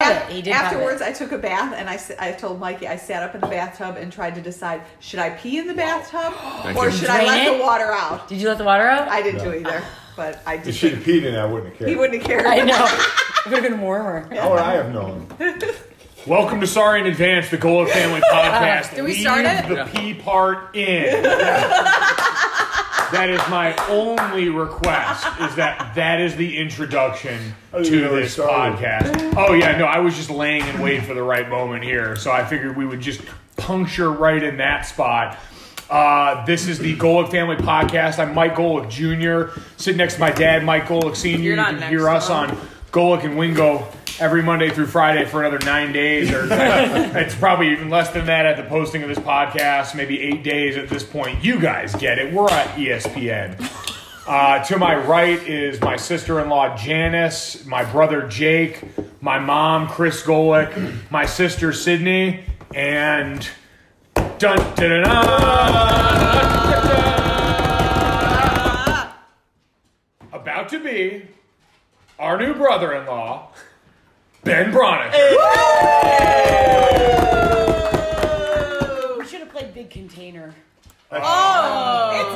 credit. Af- He did have it. afterwards, I took a bath and I, s- I told Mikey I sat up in the bathtub and tried to decide should I pee in the bathtub Thank or you. should I Drain let it? the water out. Did you let the water out? I didn't do either, but I did. If she'd have peed in it, I wouldn't have cared. He wouldn't have cared. I know. It would have been warmer. How would I have known? Welcome to Sorry in Advance, the Gola Family Podcast. Did we Leave start it? The P part in. that is my only request. Is that that is the introduction I to didn't know we this started. podcast? Oh yeah, no, I was just laying in wait for the right moment here, so I figured we would just puncture right in that spot. Uh, this is the Golick Family Podcast. I'm Mike Golick Jr. Sitting next to my dad, Mike Golick Sr. You're you not can next, hear us though. on Golick and Wingo every Monday through Friday for another nine days, or it's probably even less than that at the posting of this podcast, maybe eight days at this point. You guys get it. We're E at ESPN. Uh, to my right is my sister in law Janice, my brother Jake, my mom Chris Golick, my sister Sydney, and dun dun dun. dun. About to be our new brother-in-law, Ben Bronick. We should have played Big Container. It's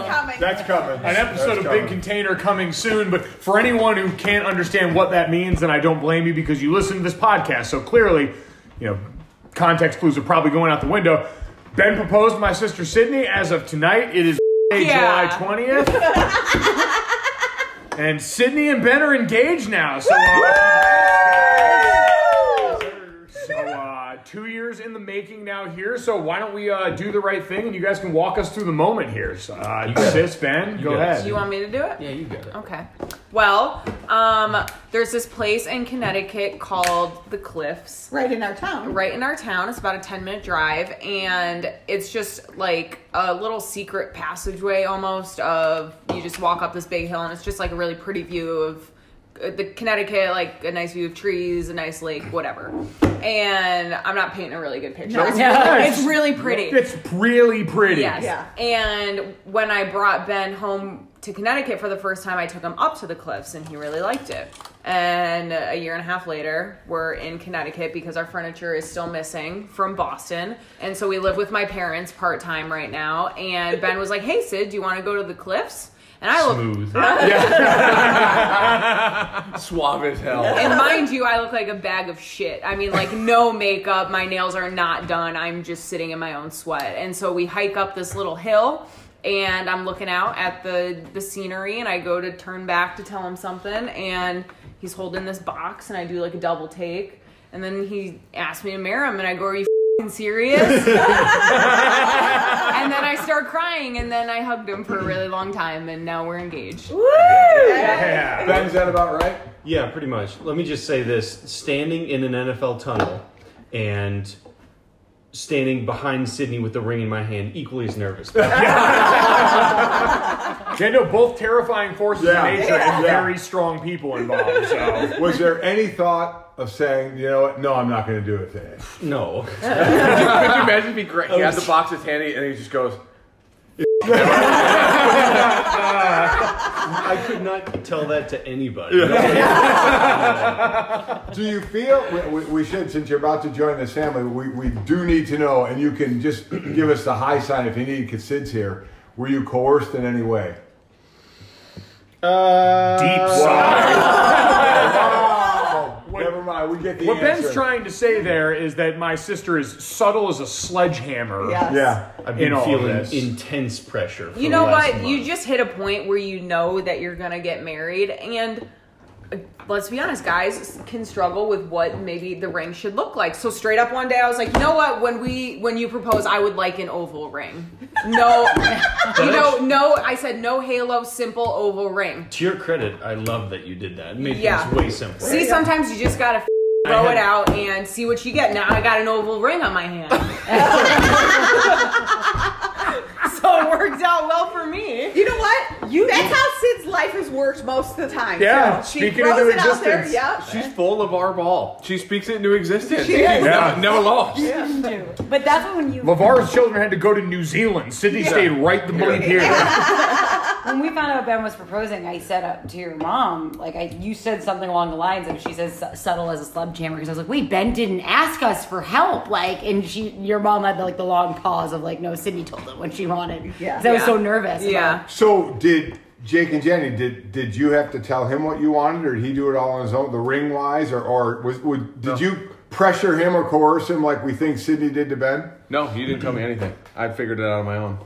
coming. That's coming. An episode of Big Container coming soon, but for anyone who can't understand what that means, then I don't blame you because you listen to this podcast. So clearly, you know, context clues are probably going out the window. Ben proposed to my sister Sydney as of tonight. It is Yeah. July 20th. and Sydney and Ben are engaged now. So, uh, so uh, two years in the making now here. So why don't we uh, do the right thing and you guys can walk us through the moment here. So, uh, sis, Ben, go got it. ahead. Do you want me to do it? Yeah, you got it. Okay. Well, um, there's this place in Connecticut called the Cliffs, right in our town. right in our town. It's about a 10 minute drive, and it's just like a little secret passageway almost. Of you just walk up this big hill, and it's just like a really pretty view of uh, the Connecticut, like a nice view of trees, a nice lake, whatever. And I'm not painting a really good picture. It's, No. really, it's really pretty. It's really pretty. Yes. Yeah. And when I brought Ben home to Connecticut for the first time, I took him up to the cliffs and he really liked it. And a year and a half later, we're in Connecticut because our furniture is still missing from Boston. And so we live with my parents part time right now. And Ben was like, hey, Sid, do you want to go to the cliffs? And I look, Smooth. Suave as hell. and mind you, I look like a bag of shit. I mean, like no makeup, my nails are not done. I'm just sitting in my own sweat. And so we hike up this little hill, and I'm looking out at the the scenery, and I go to turn back to tell him something, and he's holding this box, and I do like a double take, and then he asks me to marry him, and I go, "Are you f***ing serious?" and then I start crying, and then I hugged him for a really long time, and now we're engaged. Yeah. Ben, is that about right? Yeah, pretty much. Let me just say this standing in an NFL tunnel and standing behind Sydney with the ring in my hand equally as nervous. Yeah, no, both terrifying forces Yeah. of nature Yeah. and very strong people involved. So Was there any thought of saying, you know what, no, I'm not going to do it today? no. Could you imagine if he, gra- he had the box in his hand and he just goes, I could not tell that to anybody. Do you feel we, we, we should, since you're about to join this family, we, we do need to know, and you can just give us the high sign if you need, because Sid's here. Were you coerced in any way? deep sigh. Oh, never mind. We get the What answer. Ben's trying to say there is that my sister is subtle as a sledgehammer. Yes. Yeah. I've In been all feeling this. intense pressure. For You know the last what? You month. just hit a point where you know that you're gonna get married, and uh, let's be honest, guys can struggle with what maybe the ring should look like. So straight up one day, I was like, you know what? When we when you propose, I would like an oval ring. No, you know, no. I said no halo, simple oval ring. To your credit, I love that you did that. It made Yeah. things way simpler. See, sometimes you just gotta. F- Throw I it had- out and see what you get. Now I got an oval ring on my hand. so it worked out well for me. You know what? You that's how Sid's life has worked most of the time. Yeah, So she speaking throws into it out there. existence. Yep. she's full of our ball. She speaks it into existence. She is. Yeah. Never lost. But that's when you. LeVar's children had to go to New Zealand. Sydney stayed right the bleep here. when we found out Ben was proposing, I said uh, to your mom, like, I, you said something along the lines of, she says, "Su- subtle as a slub chamber. Because I was like, wait, Ben didn't ask us for help. Like, and she, your mom had like the long pause of, like, no, Sydney told it when she wanted. Yeah. 'Cause I was Yeah. so nervous. about- Yeah. So did Jake and Jenny? Did did you have to tell him what you wanted, or did he do it all on his own, the ring wise, or or was would, did you pressure him or coerce him like we think Sydney did to Ben? No, you didn't tell me anything. I figured it out on my own.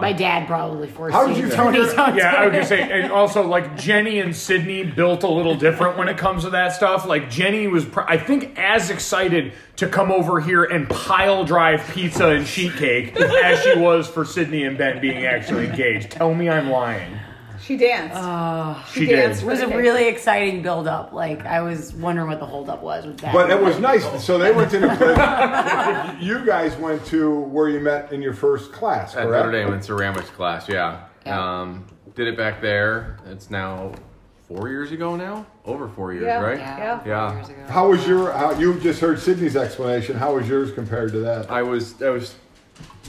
My dad probably forced How did you to tell do your- it. So it's Yeah, I would just say, and also like Jenny and Sydney built a little different when it comes to that stuff. Like Jenny was, pr- I think, as excited to come over here and pile drive pizza and sheet cake as she was for Sydney and Ben being actually engaged. Tell me I'm lying. She danced. She danced did. It was a really exciting build up. Like, I was wondering what the holdup was with that. But it was nice. So they went to the place. you guys went to where you met in your first class, At correct? Notre Dame in ceramics class, yeah. Yeah. Um, did it back there. It's now four years ago now? Over four years, Yeah. right? yeah. Yeah. Years ago. How was your? How, you just heard Sydney's explanation. How was yours compared to Oh. that? I was I was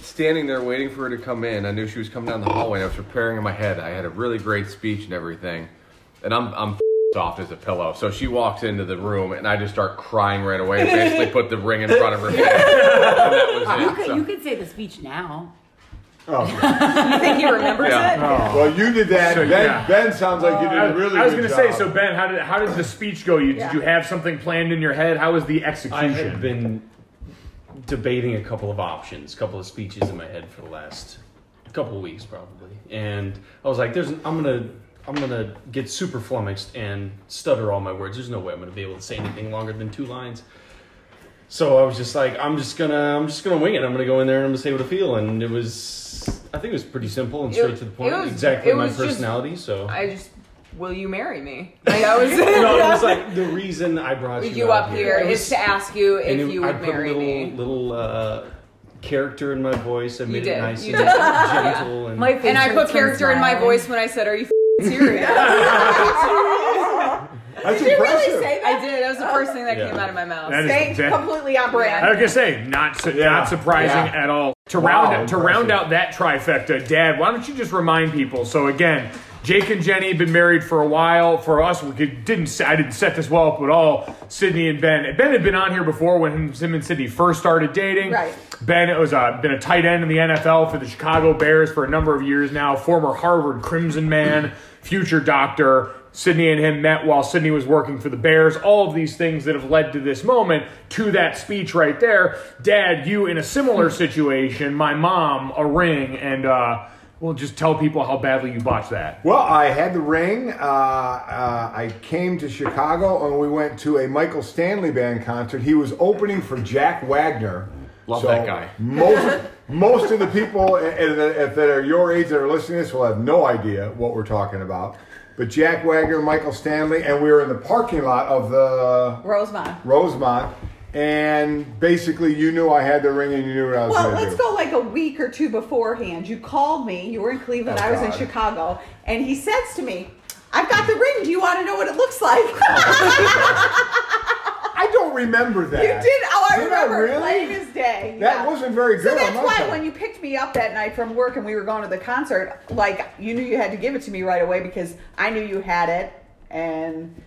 standing there waiting for her to come in. I knew she was coming down the hallway. and I was preparing in my head. I had a really great speech and everything, and I'm I'm soft as a pillow. So she walks into the room and I just start crying right away. and Basically, put the ring in front of her. head. And that You was it. could, So- you could say the speech now. I think he remembers Yeah. it. well, you did that. So, ben, yeah. ben sounds like you did I, a really. I was going gonna to say, so Ben, how did how did the speech go? You, Yeah. Did you have something planned in your head? How was the I execution? had been debating a couple of options, a couple of speeches in my head for the last couple of weeks probably, and I was like, "There's, an, I'm gonna." I'm gonna get super flummoxed and stutter all my words. There's no way I'm gonna be able to say anything longer than two lines. So I was just like, I'm just gonna, I'm just gonna wing it. I'm gonna go in there and I'm gonna say what I feel. And it was, I think it was pretty simple and It- straight to the point. it was- exactly it my was just- personality. so I just, will you marry me? Like, that was no, it was like the reason I brought you, you up here It is was- to ask you and if it- you I would put marry little, me. Little uh, character in my voice. I made did. it nice You and did. gentle. And My And I put favorite's character in my smiling. voice when I said, "Are you f***ing serious?" That's impressive. Really say I that? did. That was the first thing that came Yeah. out of my mouth. That is Staying exact- completely on brand. I was gonna say, not su- Yeah. not surprising Yeah. at all. To Wow, round to impressive. round out that trifecta, Dad, why don't you just remind people? So again, Jake and Jenny have been married for a while. For us, we could, didn't se- I didn't set this well up at all. Sydney and Ben, Ben had been on here before when him, him and Sydney first started dating. Right. Ben was uh, been a tight end in the NFL for the Chicago Bears for a number of years now. Former Harvard Crimson man, future doctor. Sydney and him met while Sydney was working for the Bears. All of these things that have led to this moment, to that speech right there. Dad, you in a similar situation. My mom, a ring, and uh, we'll just tell people how badly you botched that. Well, I had the ring. Uh, uh, I came to Chicago and we went to a Michael Stanley band concert. He was opening for Jack Wagner. Love that guy. Most most of the people a- a- that that are your age that are listening to this will have no idea what we're talking about. But Jack Wagner, Michael Stanley, and we were in the parking lot of the Rosemont. Rosemont. And basically, you knew I had the ring, and you knew what I was Well, going to let's do. go like a week or two beforehand. You called me. You were in Cleveland. Oh, I was in God. Chicago, and he says to me, "I've got the ring. Do you want to know what it looks like?" you did. Oh, I don't remember that. Oh, I Did remember. Really? Plain as day. That Yeah. wasn't very So good. that's I'm why when you picked me up that night from work and we were going to the concert, like you knew you had to give it to me right away because I knew you had it, and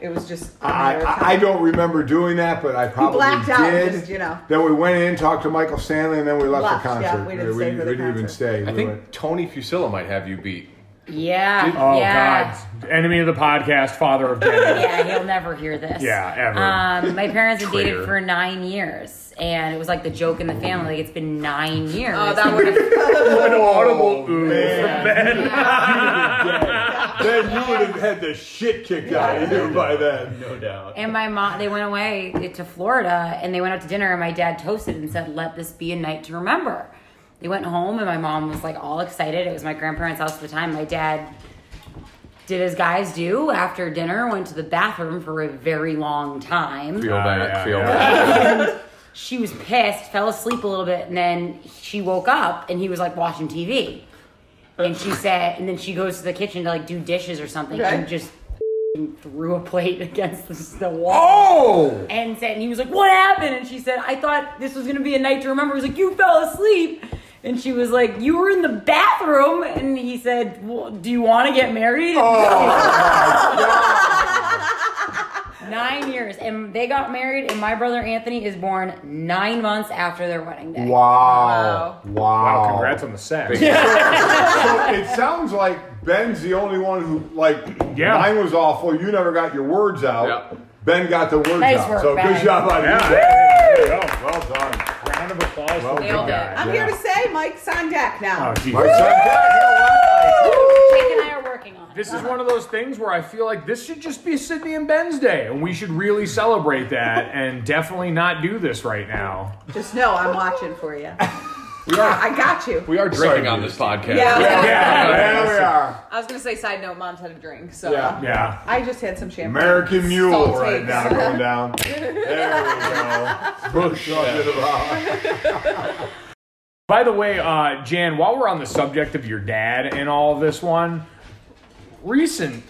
it was just. a I, matter of I- I time. don't remember doing that, but I probably blacked did. out, just, you know. Then we went in, talked to Michael Stanley, and then we left, Left, the concert. yeah, we didn't stay for the we didn't even concert. stay. I We went- think Tony Fusilla might have you beat. Yeah. Oh yeah. God, enemy of the podcast, father of Jenny. yeah, he'll never hear this. Yeah, ever. Um, my parents had dated Traitor. for nine years, and it was like the joke in the family. Like, it's been nine years. Oh, that would have. An audible Oh, ooh. man. then you would have had the shit kicked out of you by then. no doubt. And my mom, they went away to Florida, and they went out to dinner, and my dad toasted and said, "Let this be a night to remember." They went home, and my mom was like all excited. It was my grandparents' house at the time. My dad did as guys do after dinner, went to the bathroom for a very long time. Feel Ah, that. yeah, feel yeah. that. she was pissed, fell asleep a little bit, and then she woke up and he was like watching TV. And she said, and then she goes to the kitchen to like do dishes or something and Okay. just f***ing threw a plate against the, the wall. Oh. And said, and he was like, What happened? And she said, I thought this was gonna be a night to remember. He was like, You fell asleep. And she was like, "You were in the bathroom." And he said, well, "Do you want to get married?" nine years, and they got married. And my brother Anthony is born nine months after their wedding day. Wow. Wow. Wow, congrats on the sex. So it sounds like Ben's the only one who, like, Yeah. mine was awful. You never got your words out. Yeah. Ben got the words Nice out. work, so Ben. good job on Yeah, you. there you go. Well done. Round of applause Well for the Nailed big it. guy. I'm here to say Mike's on deck now. Oh, geez. Mike's on deck. You know what? Like, Jake and I are working on it. This is one of those things where I feel like this should just be Sydney and Ben's day, and we should really celebrate that, and definitely not do this right now. Just know I'm watching for you. I got you. We are drinking Sorry, on dude. this podcast. Yeah, I was gonna- Yeah, There we are. I was gonna say, side note, mom's had a drink, so Yeah. yeah. I just had some champagne. American Mule Salt right takes. now going down. There we go. Bush. By the way, uh, Jan, while we're on the subject of your dad and all of this one, recent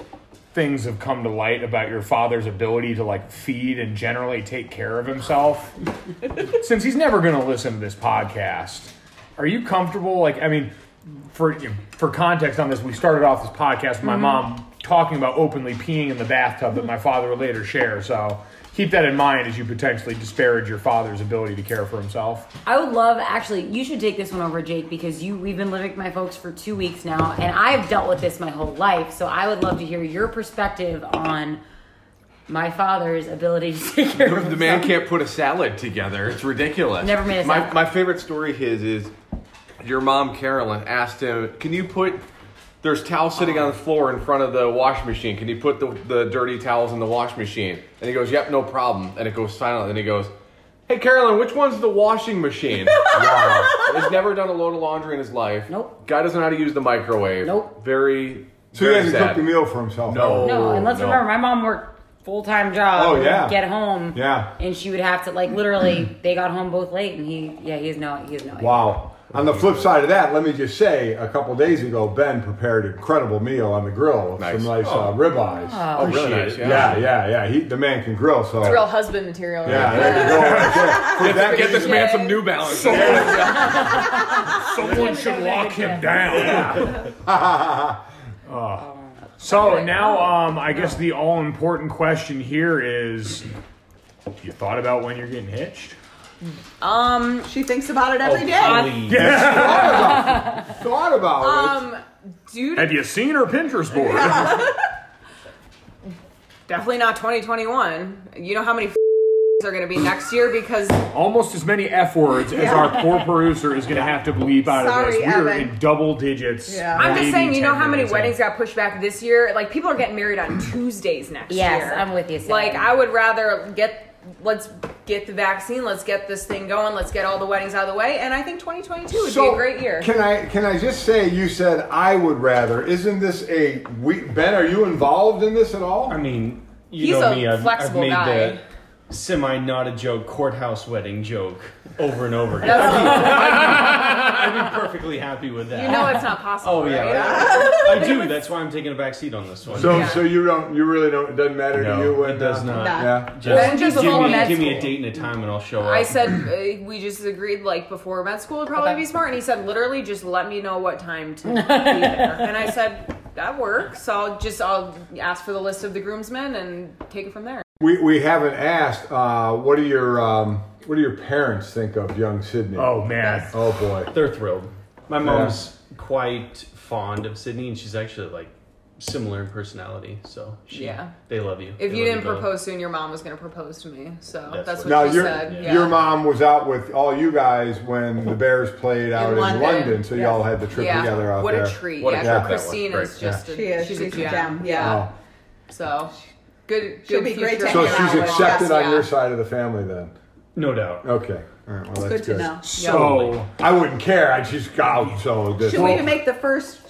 things have come to light about your father's ability to like feed and generally take care of himself. Since he's never going to listen to this podcast, are you comfortable? Like, I mean, for you know, for context on this, we started off this podcast with my mom talking about openly peeing in the bathtub that my father would later share. So keep that in mind as you potentially disparage your father's ability to care for himself. I would love actually. You should take this one over, Jake, because you we've been living with my folks for two weeks now, and I've dealt with this my whole life. So I would love to hear your perspective on my father's ability to take care of The himself. man can't put a salad together. It's ridiculous. Never made a my, salad. my favorite story his is your mom Carolyn asked him, "Can you put there's towels sitting on the floor in front of the wash machine. Can you put the, the dirty towels in the wash machine?" And he goes, "Yep, no problem." And it goes silent. And he goes, "Hey Carolyn, which one's the washing machine?" wow. He's never done a load of laundry in his life. Nope. Guy doesn't know how to use the microwave. Nope. Very. So he very hasn't sad. cooked a meal for himself. No. No, and let's No. remember, my mom worked full time job. Oh, yeah. Get home. Yeah. And she would have to like literally. they got home both late, and he yeah he has no he has no. idea. Wow. On the flip side of that, let me just say, a couple days ago, Ben prepared an incredible meal on the grill with Nice. some nice uh, ribeyes. Oh, really Appreciate nice, it. Yeah, yeah, yeah. He, the man can grill, so it's real husband material. right yeah. there. There you go. right there. For that Get this reason- man some New Balance. Someone should lock him down. Oh. So now, um, I guess the all important question here is: You thought about when you're getting hitched? Um, She thinks about it Oh, every day. Please. Thought about it. um, dude, Have you seen her Pinterest board? definitely not 2021. You know how many are gonna be next year because Almost as many f words as our poor producer is going to have to bleep out of this. Sorry, We are Evan. in double digits. Yeah. I'm just maybe saying, you know 10 how many minutes in. weddings got pushed back this year? Like people are getting married on Tuesdays next Yes, year. I'm with you, Sam. Like I would rather get let's get the vaccine, let's get this thing going, let's get all the weddings out of the way, and I think 2022 would be a great year. Can I can I just say you said I would rather? Isn't this a we Ben? Are you involved in this at all? I mean, you He's know a me. I've, I've flexible made guy. the semi not a joke courthouse wedding joke over and over again. That's- I'd be perfectly happy with that. you know it's not possible. oh yeah, right? I, I do. That's why I'm taking a back seat on this one. so Yeah. so you don't you really don't it doesn't matter No, to you when it does uh, not. Yeah. Then Just, just give, follow me, med give me a school. date and a time, and I'll show up. I said uh, we just agreed like before med school would probably Okay. be smart, and he said literally just let me know what time to be there, and I said that works. I'll just I'll ask for the list of the groomsmen and take it from there. We we haven't asked. Uh, what do your um, what do your parents think of young Sydney? Oh man. oh boy. They're thrilled. My mom's quite fond of Sydney, and she's actually like similar in personality. So she, Yeah. they love you. If They you love didn't both. propose Oh, soon, your mom was going to propose to me. So That's that's, what- what Now she your said. Yeah. your mom was out with all you guys when the Bears played out in, London. London. so y'all had the trip Yeah. together out what there. a treat. What a yeah, gem that was. Christine Great. is just a, She is. She's, a gem. Yeah. Oh. So good. She'll good be great future to So Yeah. for she's her. accepted on Yeah. your side of the family then. No doubt. Okay. All right. Well, that's Good to know. So I wouldn't care. I just got so. This, Should we make the first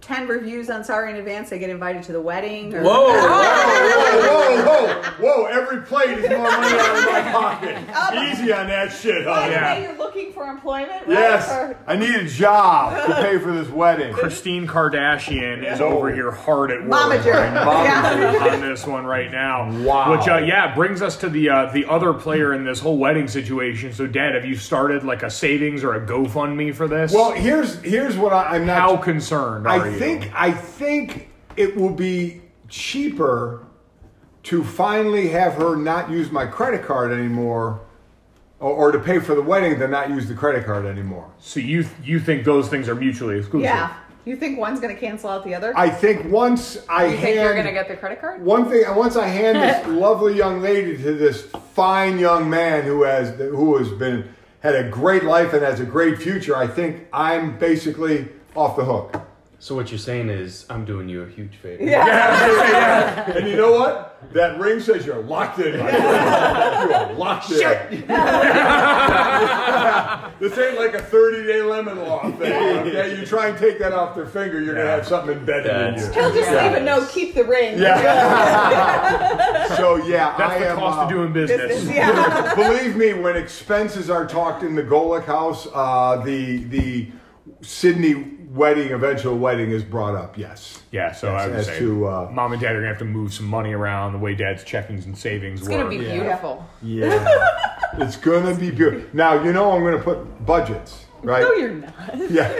ten reviews on Sorry in Advance, they get invited to the wedding. Or, Oh, Whoa, whoa, whoa, whoa! Every plate is more money out of my pocket. Easy on that shit, By huh? the Yeah. way, you're looking for employment, right? Yes, Or- I need a job to pay for this wedding. Christine Kardashian is Whoa. over here hard at work Momager. Yeah. on this one right now. Wow. Which, uh, yeah, brings us to the uh, the other player in this whole wedding situation. So, Dad, have you started like a savings or a GoFundMe for this? Well, here's here's what I, I'm not. how concerned are I you? think I think it will be cheaper to finally have her not use my credit card anymore, or, or to pay for the wedding than not use the credit card anymore. so. You you think those things are mutually exclusive? yeah. You think one's going to cancel out the other? I think once I You hand think you're gonna get the credit card? one thing, once I hand this lovely young lady to this fine young man who has who has been had a great life and has a great future, I think I'm basically off the hook. So what you're saying is, I'm doing you a huge favor. And you know what? That ring says you're locked in. my friend. you are locked in. this ain't like a 30 day lemon law thing. Okay? You try and take that off their finger, you're going to have something embedded in you. He'll just leave a note, keep the ring. so, yeah, That's I the am, cost uh, of doing business. Business, yeah. Believe me, when expenses are talked in the Golick house, uh, the, the Sydney wedding, eventual wedding, is brought up, yes. Yeah, so I would As say to, uh, mom and dad are gonna have to move some money around the way dad's checkings and savings It's work. gonna be beautiful. Yeah. it's going to be beautiful. Now, you know I'm going to put budgets, right? No, you're not. Yeah.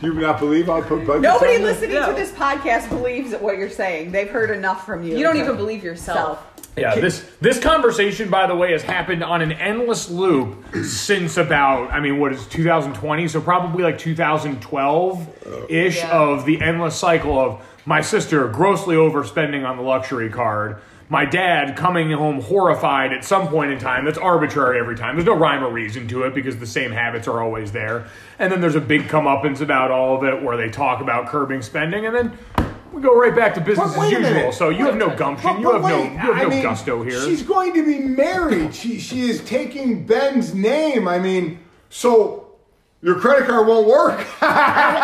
Do you not believe I put budgets Nobody on this? listening No. to this podcast believes that what you're saying. They've heard enough from you. You don't even believe yourself. yeah, this this conversation, by the way, has happened on an endless loop since about I mean, what is 2020? So probably like 2012 ish Yeah. of the endless cycle of my sister grossly overspending on the luxury card. My dad coming home horrified at some point in time. That's arbitrary every time. There's no rhyme or reason to it because the same habits are always there. And then there's a big comeuppance about all of it where they talk about curbing spending, and then we go right back to business But as wait a usual. minute. So you have no gumption. But- you but have no, wait, you have I no mean, gusto here. She's going to be married. She she is taking Ben's name. I mean, so your credit card won't work. I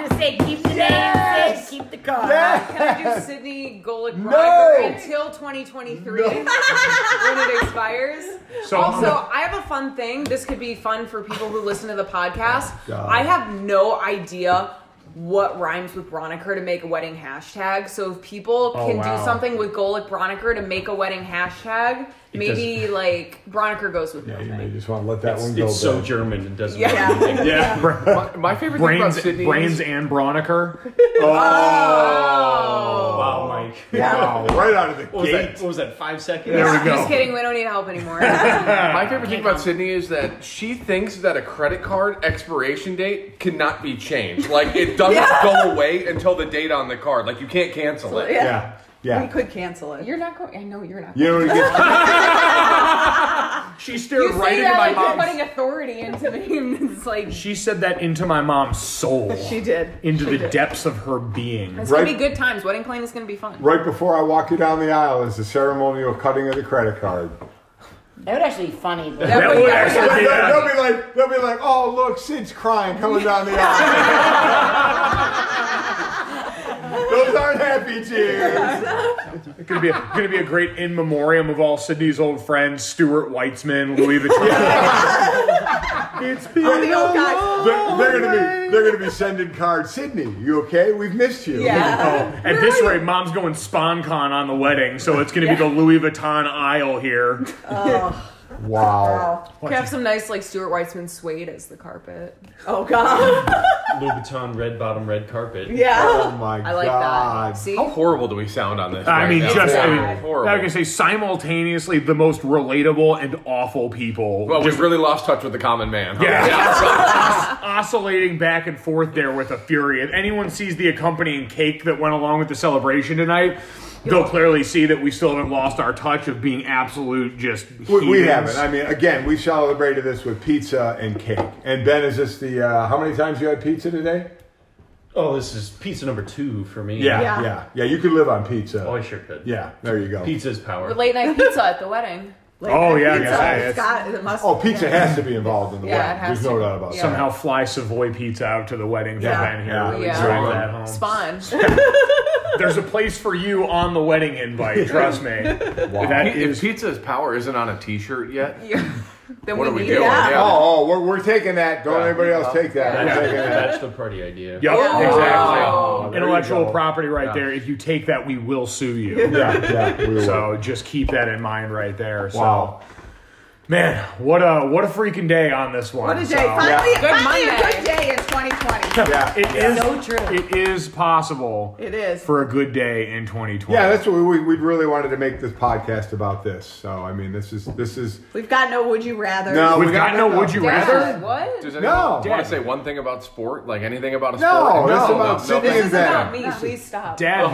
was just gonna say, keep the Yes! name, keep the car. Can I do Sydney Golic No! Rider until 2023 when it expires? So- also, I have a fun thing. This could be fun for people who listen to the Oh, podcast. God. I have no idea what rhymes with Broniker to make a wedding hashtag. So if people Oh, can wow. do something with Golic Broniker to make a wedding hashtag, maybe like Broniker goes with yeah, nothing. you may just want to let that It's, one go. it's so Ben. German. It doesn't. Yeah. matter. My, my favorite thing about brains, Sydney brains is and Broniker. oh, Wow, Mike. wow! Right out of the What was gate. that? What was that? Five seconds. There we Just go. kidding, we don't need help anymore. my favorite thing about Sydney is that she thinks that a credit card expiration date cannot be changed. Like it doesn't go away until the date on the card. Like you can't cancel it. Yeah, We yeah. could cancel it. you're not going. I know you're not. You know what it gets? She stared You right say into that my like you're mom's. putting authority into me. It's like She said that into my mom's soul. she did. Into She the did. depths of her being. It's Right- gonna be good times. Wedding planning is gonna be fun. right before I walk you down the aisle is the ceremonial cutting of the credit card. That would actually be funny. But That would actually be They'll be like, they'll be like, oh look, Sid's crying coming down the aisle. Those aren't happy tears. It's gonna be a, gonna be a great in memoriam of all Sydney's old friends: Stuart Weitzman, Louis Vuitton. it's been Oh, the old guy. They're, they're gonna be they're gonna be sending cards. Sydney, you okay? We've missed you. Yeah. At this rate, mom's going SponCon on the wedding, so it's going to be the Louis Vuitton aisle here. Wow. Wow. We have some nice like Stuart Weitzman suede as the carpet. Oh God. Louboutin red bottom red carpet. Oh Yeah. my I like god. that. See, How horrible do we sound on this? I right mean, now? just I horrible. mean, horrible. I can say simultaneously the most relatable and awful people, well, just we've really lost touch with the common man. Yeah. yeah. oscillating back and forth there with a fury. If anyone sees the accompanying cake that went along with the celebration tonight, they'll clearly see that we still haven't lost our touch of being absolute just. We, we heathens. haven't. I mean, again, we celebrated this with pizza and cake. And Ben, is this the uh, how many times you had pizza today? Oh, this is pizza number two for me. Yeah. Yeah. Yeah, yeah. You could live on pizza. Oh, I sure could. Yeah. There you go. Pizza's power. late night pizza at the wedding. Like, Oh, yeah, pizza, yeah, yeah, it's got- it must- Oh, pizza yeah. has to be involved in the Yeah, wedding. it has There's no to. doubt about Yeah. that. Somehow fly Savoy pizza out to the wedding Yeah. from Ben here. Yeah. Really Yeah. drive that home. Sponge. There's a place for you on the wedding invite. Trust me. Wow. That If is pizza's power isn't on a T-shirt yet, Yeah. then what we are we need it. doing? Yeah. Oh, oh, we're, we're taking that. Don't anybody else take that. We're That's, taking that. that's the party idea. Yup, Yeah. exactly. Oh, there you Intellectual go. property right Yeah. there. If you take that, we will sue you. Yeah, yeah. We will. So just keep that in mind right there. So wow. man, what a what a freaking day on this one. What a day. So- Finally, Good finally a Monday. good day in 2020. Yeah. It is So true. It is possible It is. for a good day in 2020. Yeah, that's what we, we really wanted to make this podcast about this. So I mean, this is this is We've got no would you rather. No. We've got no would you Dad, rather. What? Does No. anyone want Dad. to say one thing about sport? Like anything about a No, sport? that's about sitting This is Exactly. about me. Please stop. Dad, Oh,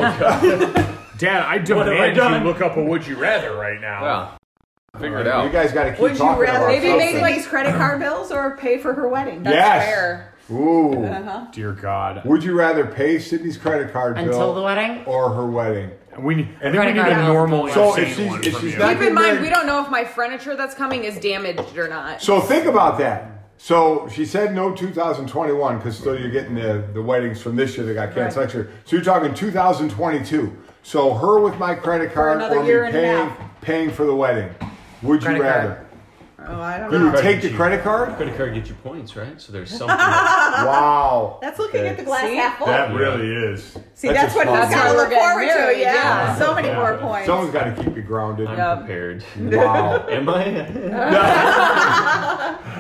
Dad, I have I demand done? you look up a would you rather right now. Yeah. Figure it you out. guys got to keep Would you talking rather about maybe something. make Sydney's credit card bills or pay for her wedding? That's Yes. fair. Ooh. Uh-huh. Dear God, Would you rather pay Sydney's credit card Until bill the wedding? or her wedding? we need, I think we Credit need card. a normal, So if insane she's- one if from she's you. not- Keep in mind, Then- we don't know if my furniture that's coming is damaged or not. So think about that. So she said no 2021 because still you're getting the, the weddings from this year that got canceled next year. So you're talking 2022. So her with my credit card another or year me and a paying half. paying for the wedding. Would you Credit card. rather? Oh, I don't You know. would take the cheap. credit card? Credit card gets you points, right? So there's something. that- Wow. That's looking at the glass See? half full. That really is. See, that's, a what small we've got how to look we're world. getting forward to. married, Yeah. yeah. So many Yeah. more points. Someone's got to keep you grounded. I'm Yep. prepared. Wow. Am I?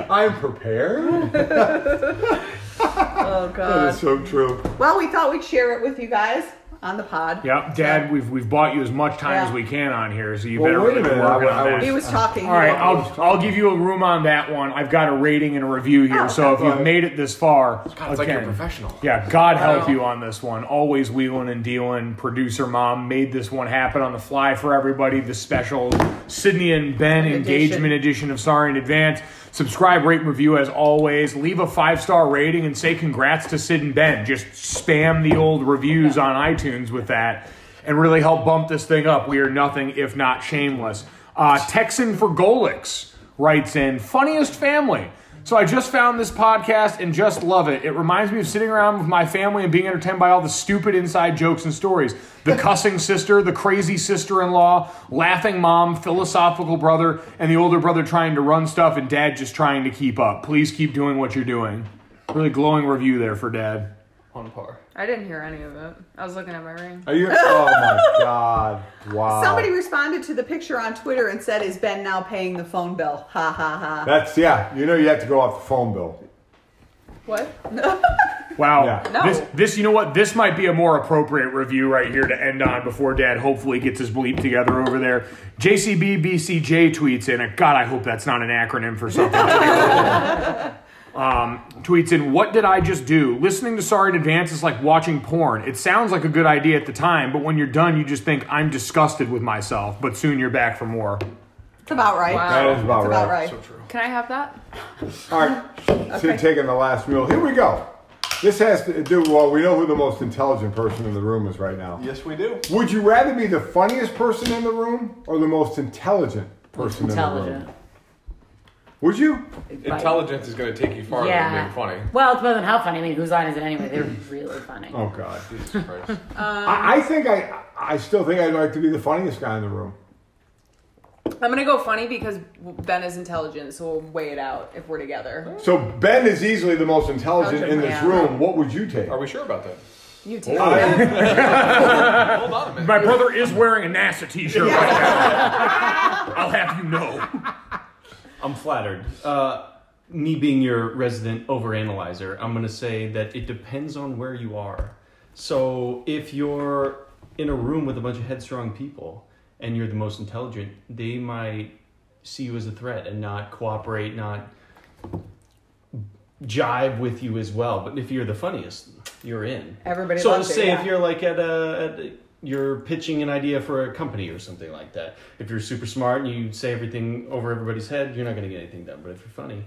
I'm prepared. oh, That God. is so true. Well, we thought we'd share it with you guys on the pod. yeah, Dad, we've we've bought you as much time Yeah. as we can on here, so you Well, better wait a really be minute, working I- I on was- He that. was talking. All right, I'll I'll give you a room on that one. I've got a rating and a review here, Oh, so if okay. you've made it this far, God, it's like you're a again, professional. Yeah, God help Wow. you on this one. Always wheeling and dealing. Producer mom made this one happen on the fly for everybody. The special Sydney and Ben engagement edition of Sorry in Advance. Subscribe, rate, and review as always. Leave a five star rating and say congrats to Sid and Ben. Just spam the old reviews on iTunes with that and really help bump this thing up. We are nothing if not shameless. Uh, Texan for Golix writes in funniest family. So I just found this podcast and just love it. It reminds me of sitting around with my family and being entertained by all the stupid inside jokes and stories. The cussing sister, the crazy sister-in-law, laughing mom, philosophical brother, and the older brother trying to run stuff and dad just trying to keep up. Please keep doing what you're doing. Really glowing review there for dad. On par. I didn't hear any of it. I was looking at my ring. Are you? Oh my God! Wow. Somebody responded to the picture on Twitter and said, "Is Ben now paying the phone bill?" Ha ha ha. That's yeah. You know you have to go off the phone bill. What? Wow. Yeah. No. This, this, you know what? This might be a more appropriate review right here to end on before Dad hopefully gets his bleep together over there. JCBBCJ tweets in, God, I hope that's not an acronym for something. terrible." um, tweets in, What did I just do? Listening to Sorry in Advance is like watching porn. It sounds like a good idea at the time, but when you're done, you just think, I'm disgusted with myself, but soon you're back for more. It's about right. Wow. That is about It's right. about right. Can I have that? All right. Sid taking the last mule. Here we go. This has to do. Well, we know who the most intelligent person in the room is right now. Yes, we do. Would you rather be the funniest person in the room or the most intelligent person in the Intelligent. room? Would you? Intelligence is going to take you farther than Yeah. being funny. Well, it depends on how funny. I mean, whose line is it anyway? They're really funny. Oh God. Jesus Christ. I, I think I. I still think I'd like to be the funniest guy in the room. I'm gonna go funny because Ben is intelligent, so we'll weigh it out if we're together. So Ben is easily the most intelligent in this Yeah. room. What would you take? Are we sure about that? You take Oh, I- that. Hold on a minute. My brother is wearing a NASA t shirt right now. I'll have you know. I'm flattered. Uh, me being your resident overanalyzer, I'm going to say that it depends on where you are. So if you're in a room with a bunch of headstrong people and you're the most intelligent, they might see you as a threat and not cooperate, not jive with you as well. But if you're the funniest, you're in. Everybody So loves you, say yeah. if you're like at a, at a- you're pitching an idea for a company or something like that. If you're super smart and you say everything over everybody's head, you're not going to get anything done. But if you're funny,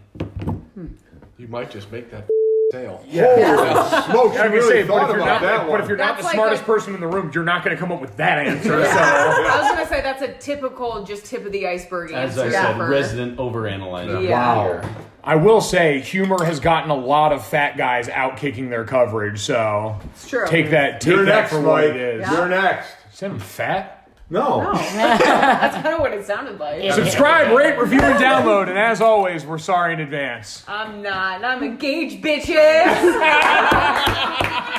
You might just make that sale. Holy smokes, you I really can say, thought but if you're about not, that but one. if you're not That's the like smartest a- person in the room, you're not going to come up with that answer. So I was gonna say that's a typical, just tip of the iceberg As answer. I said, for- resident overanalyzer. Yeah. Wow. I will say, humor has gotten a lot of fat guys out kicking their coverage. So It's true. take that, take You're that next, for what Mike. it is. You're next. Send them fat. No. That's kind of what it sounded like. Subscribe, rate, review, and download. And as always, we're sorry in advance. I'm not. I'm engaged, bitches.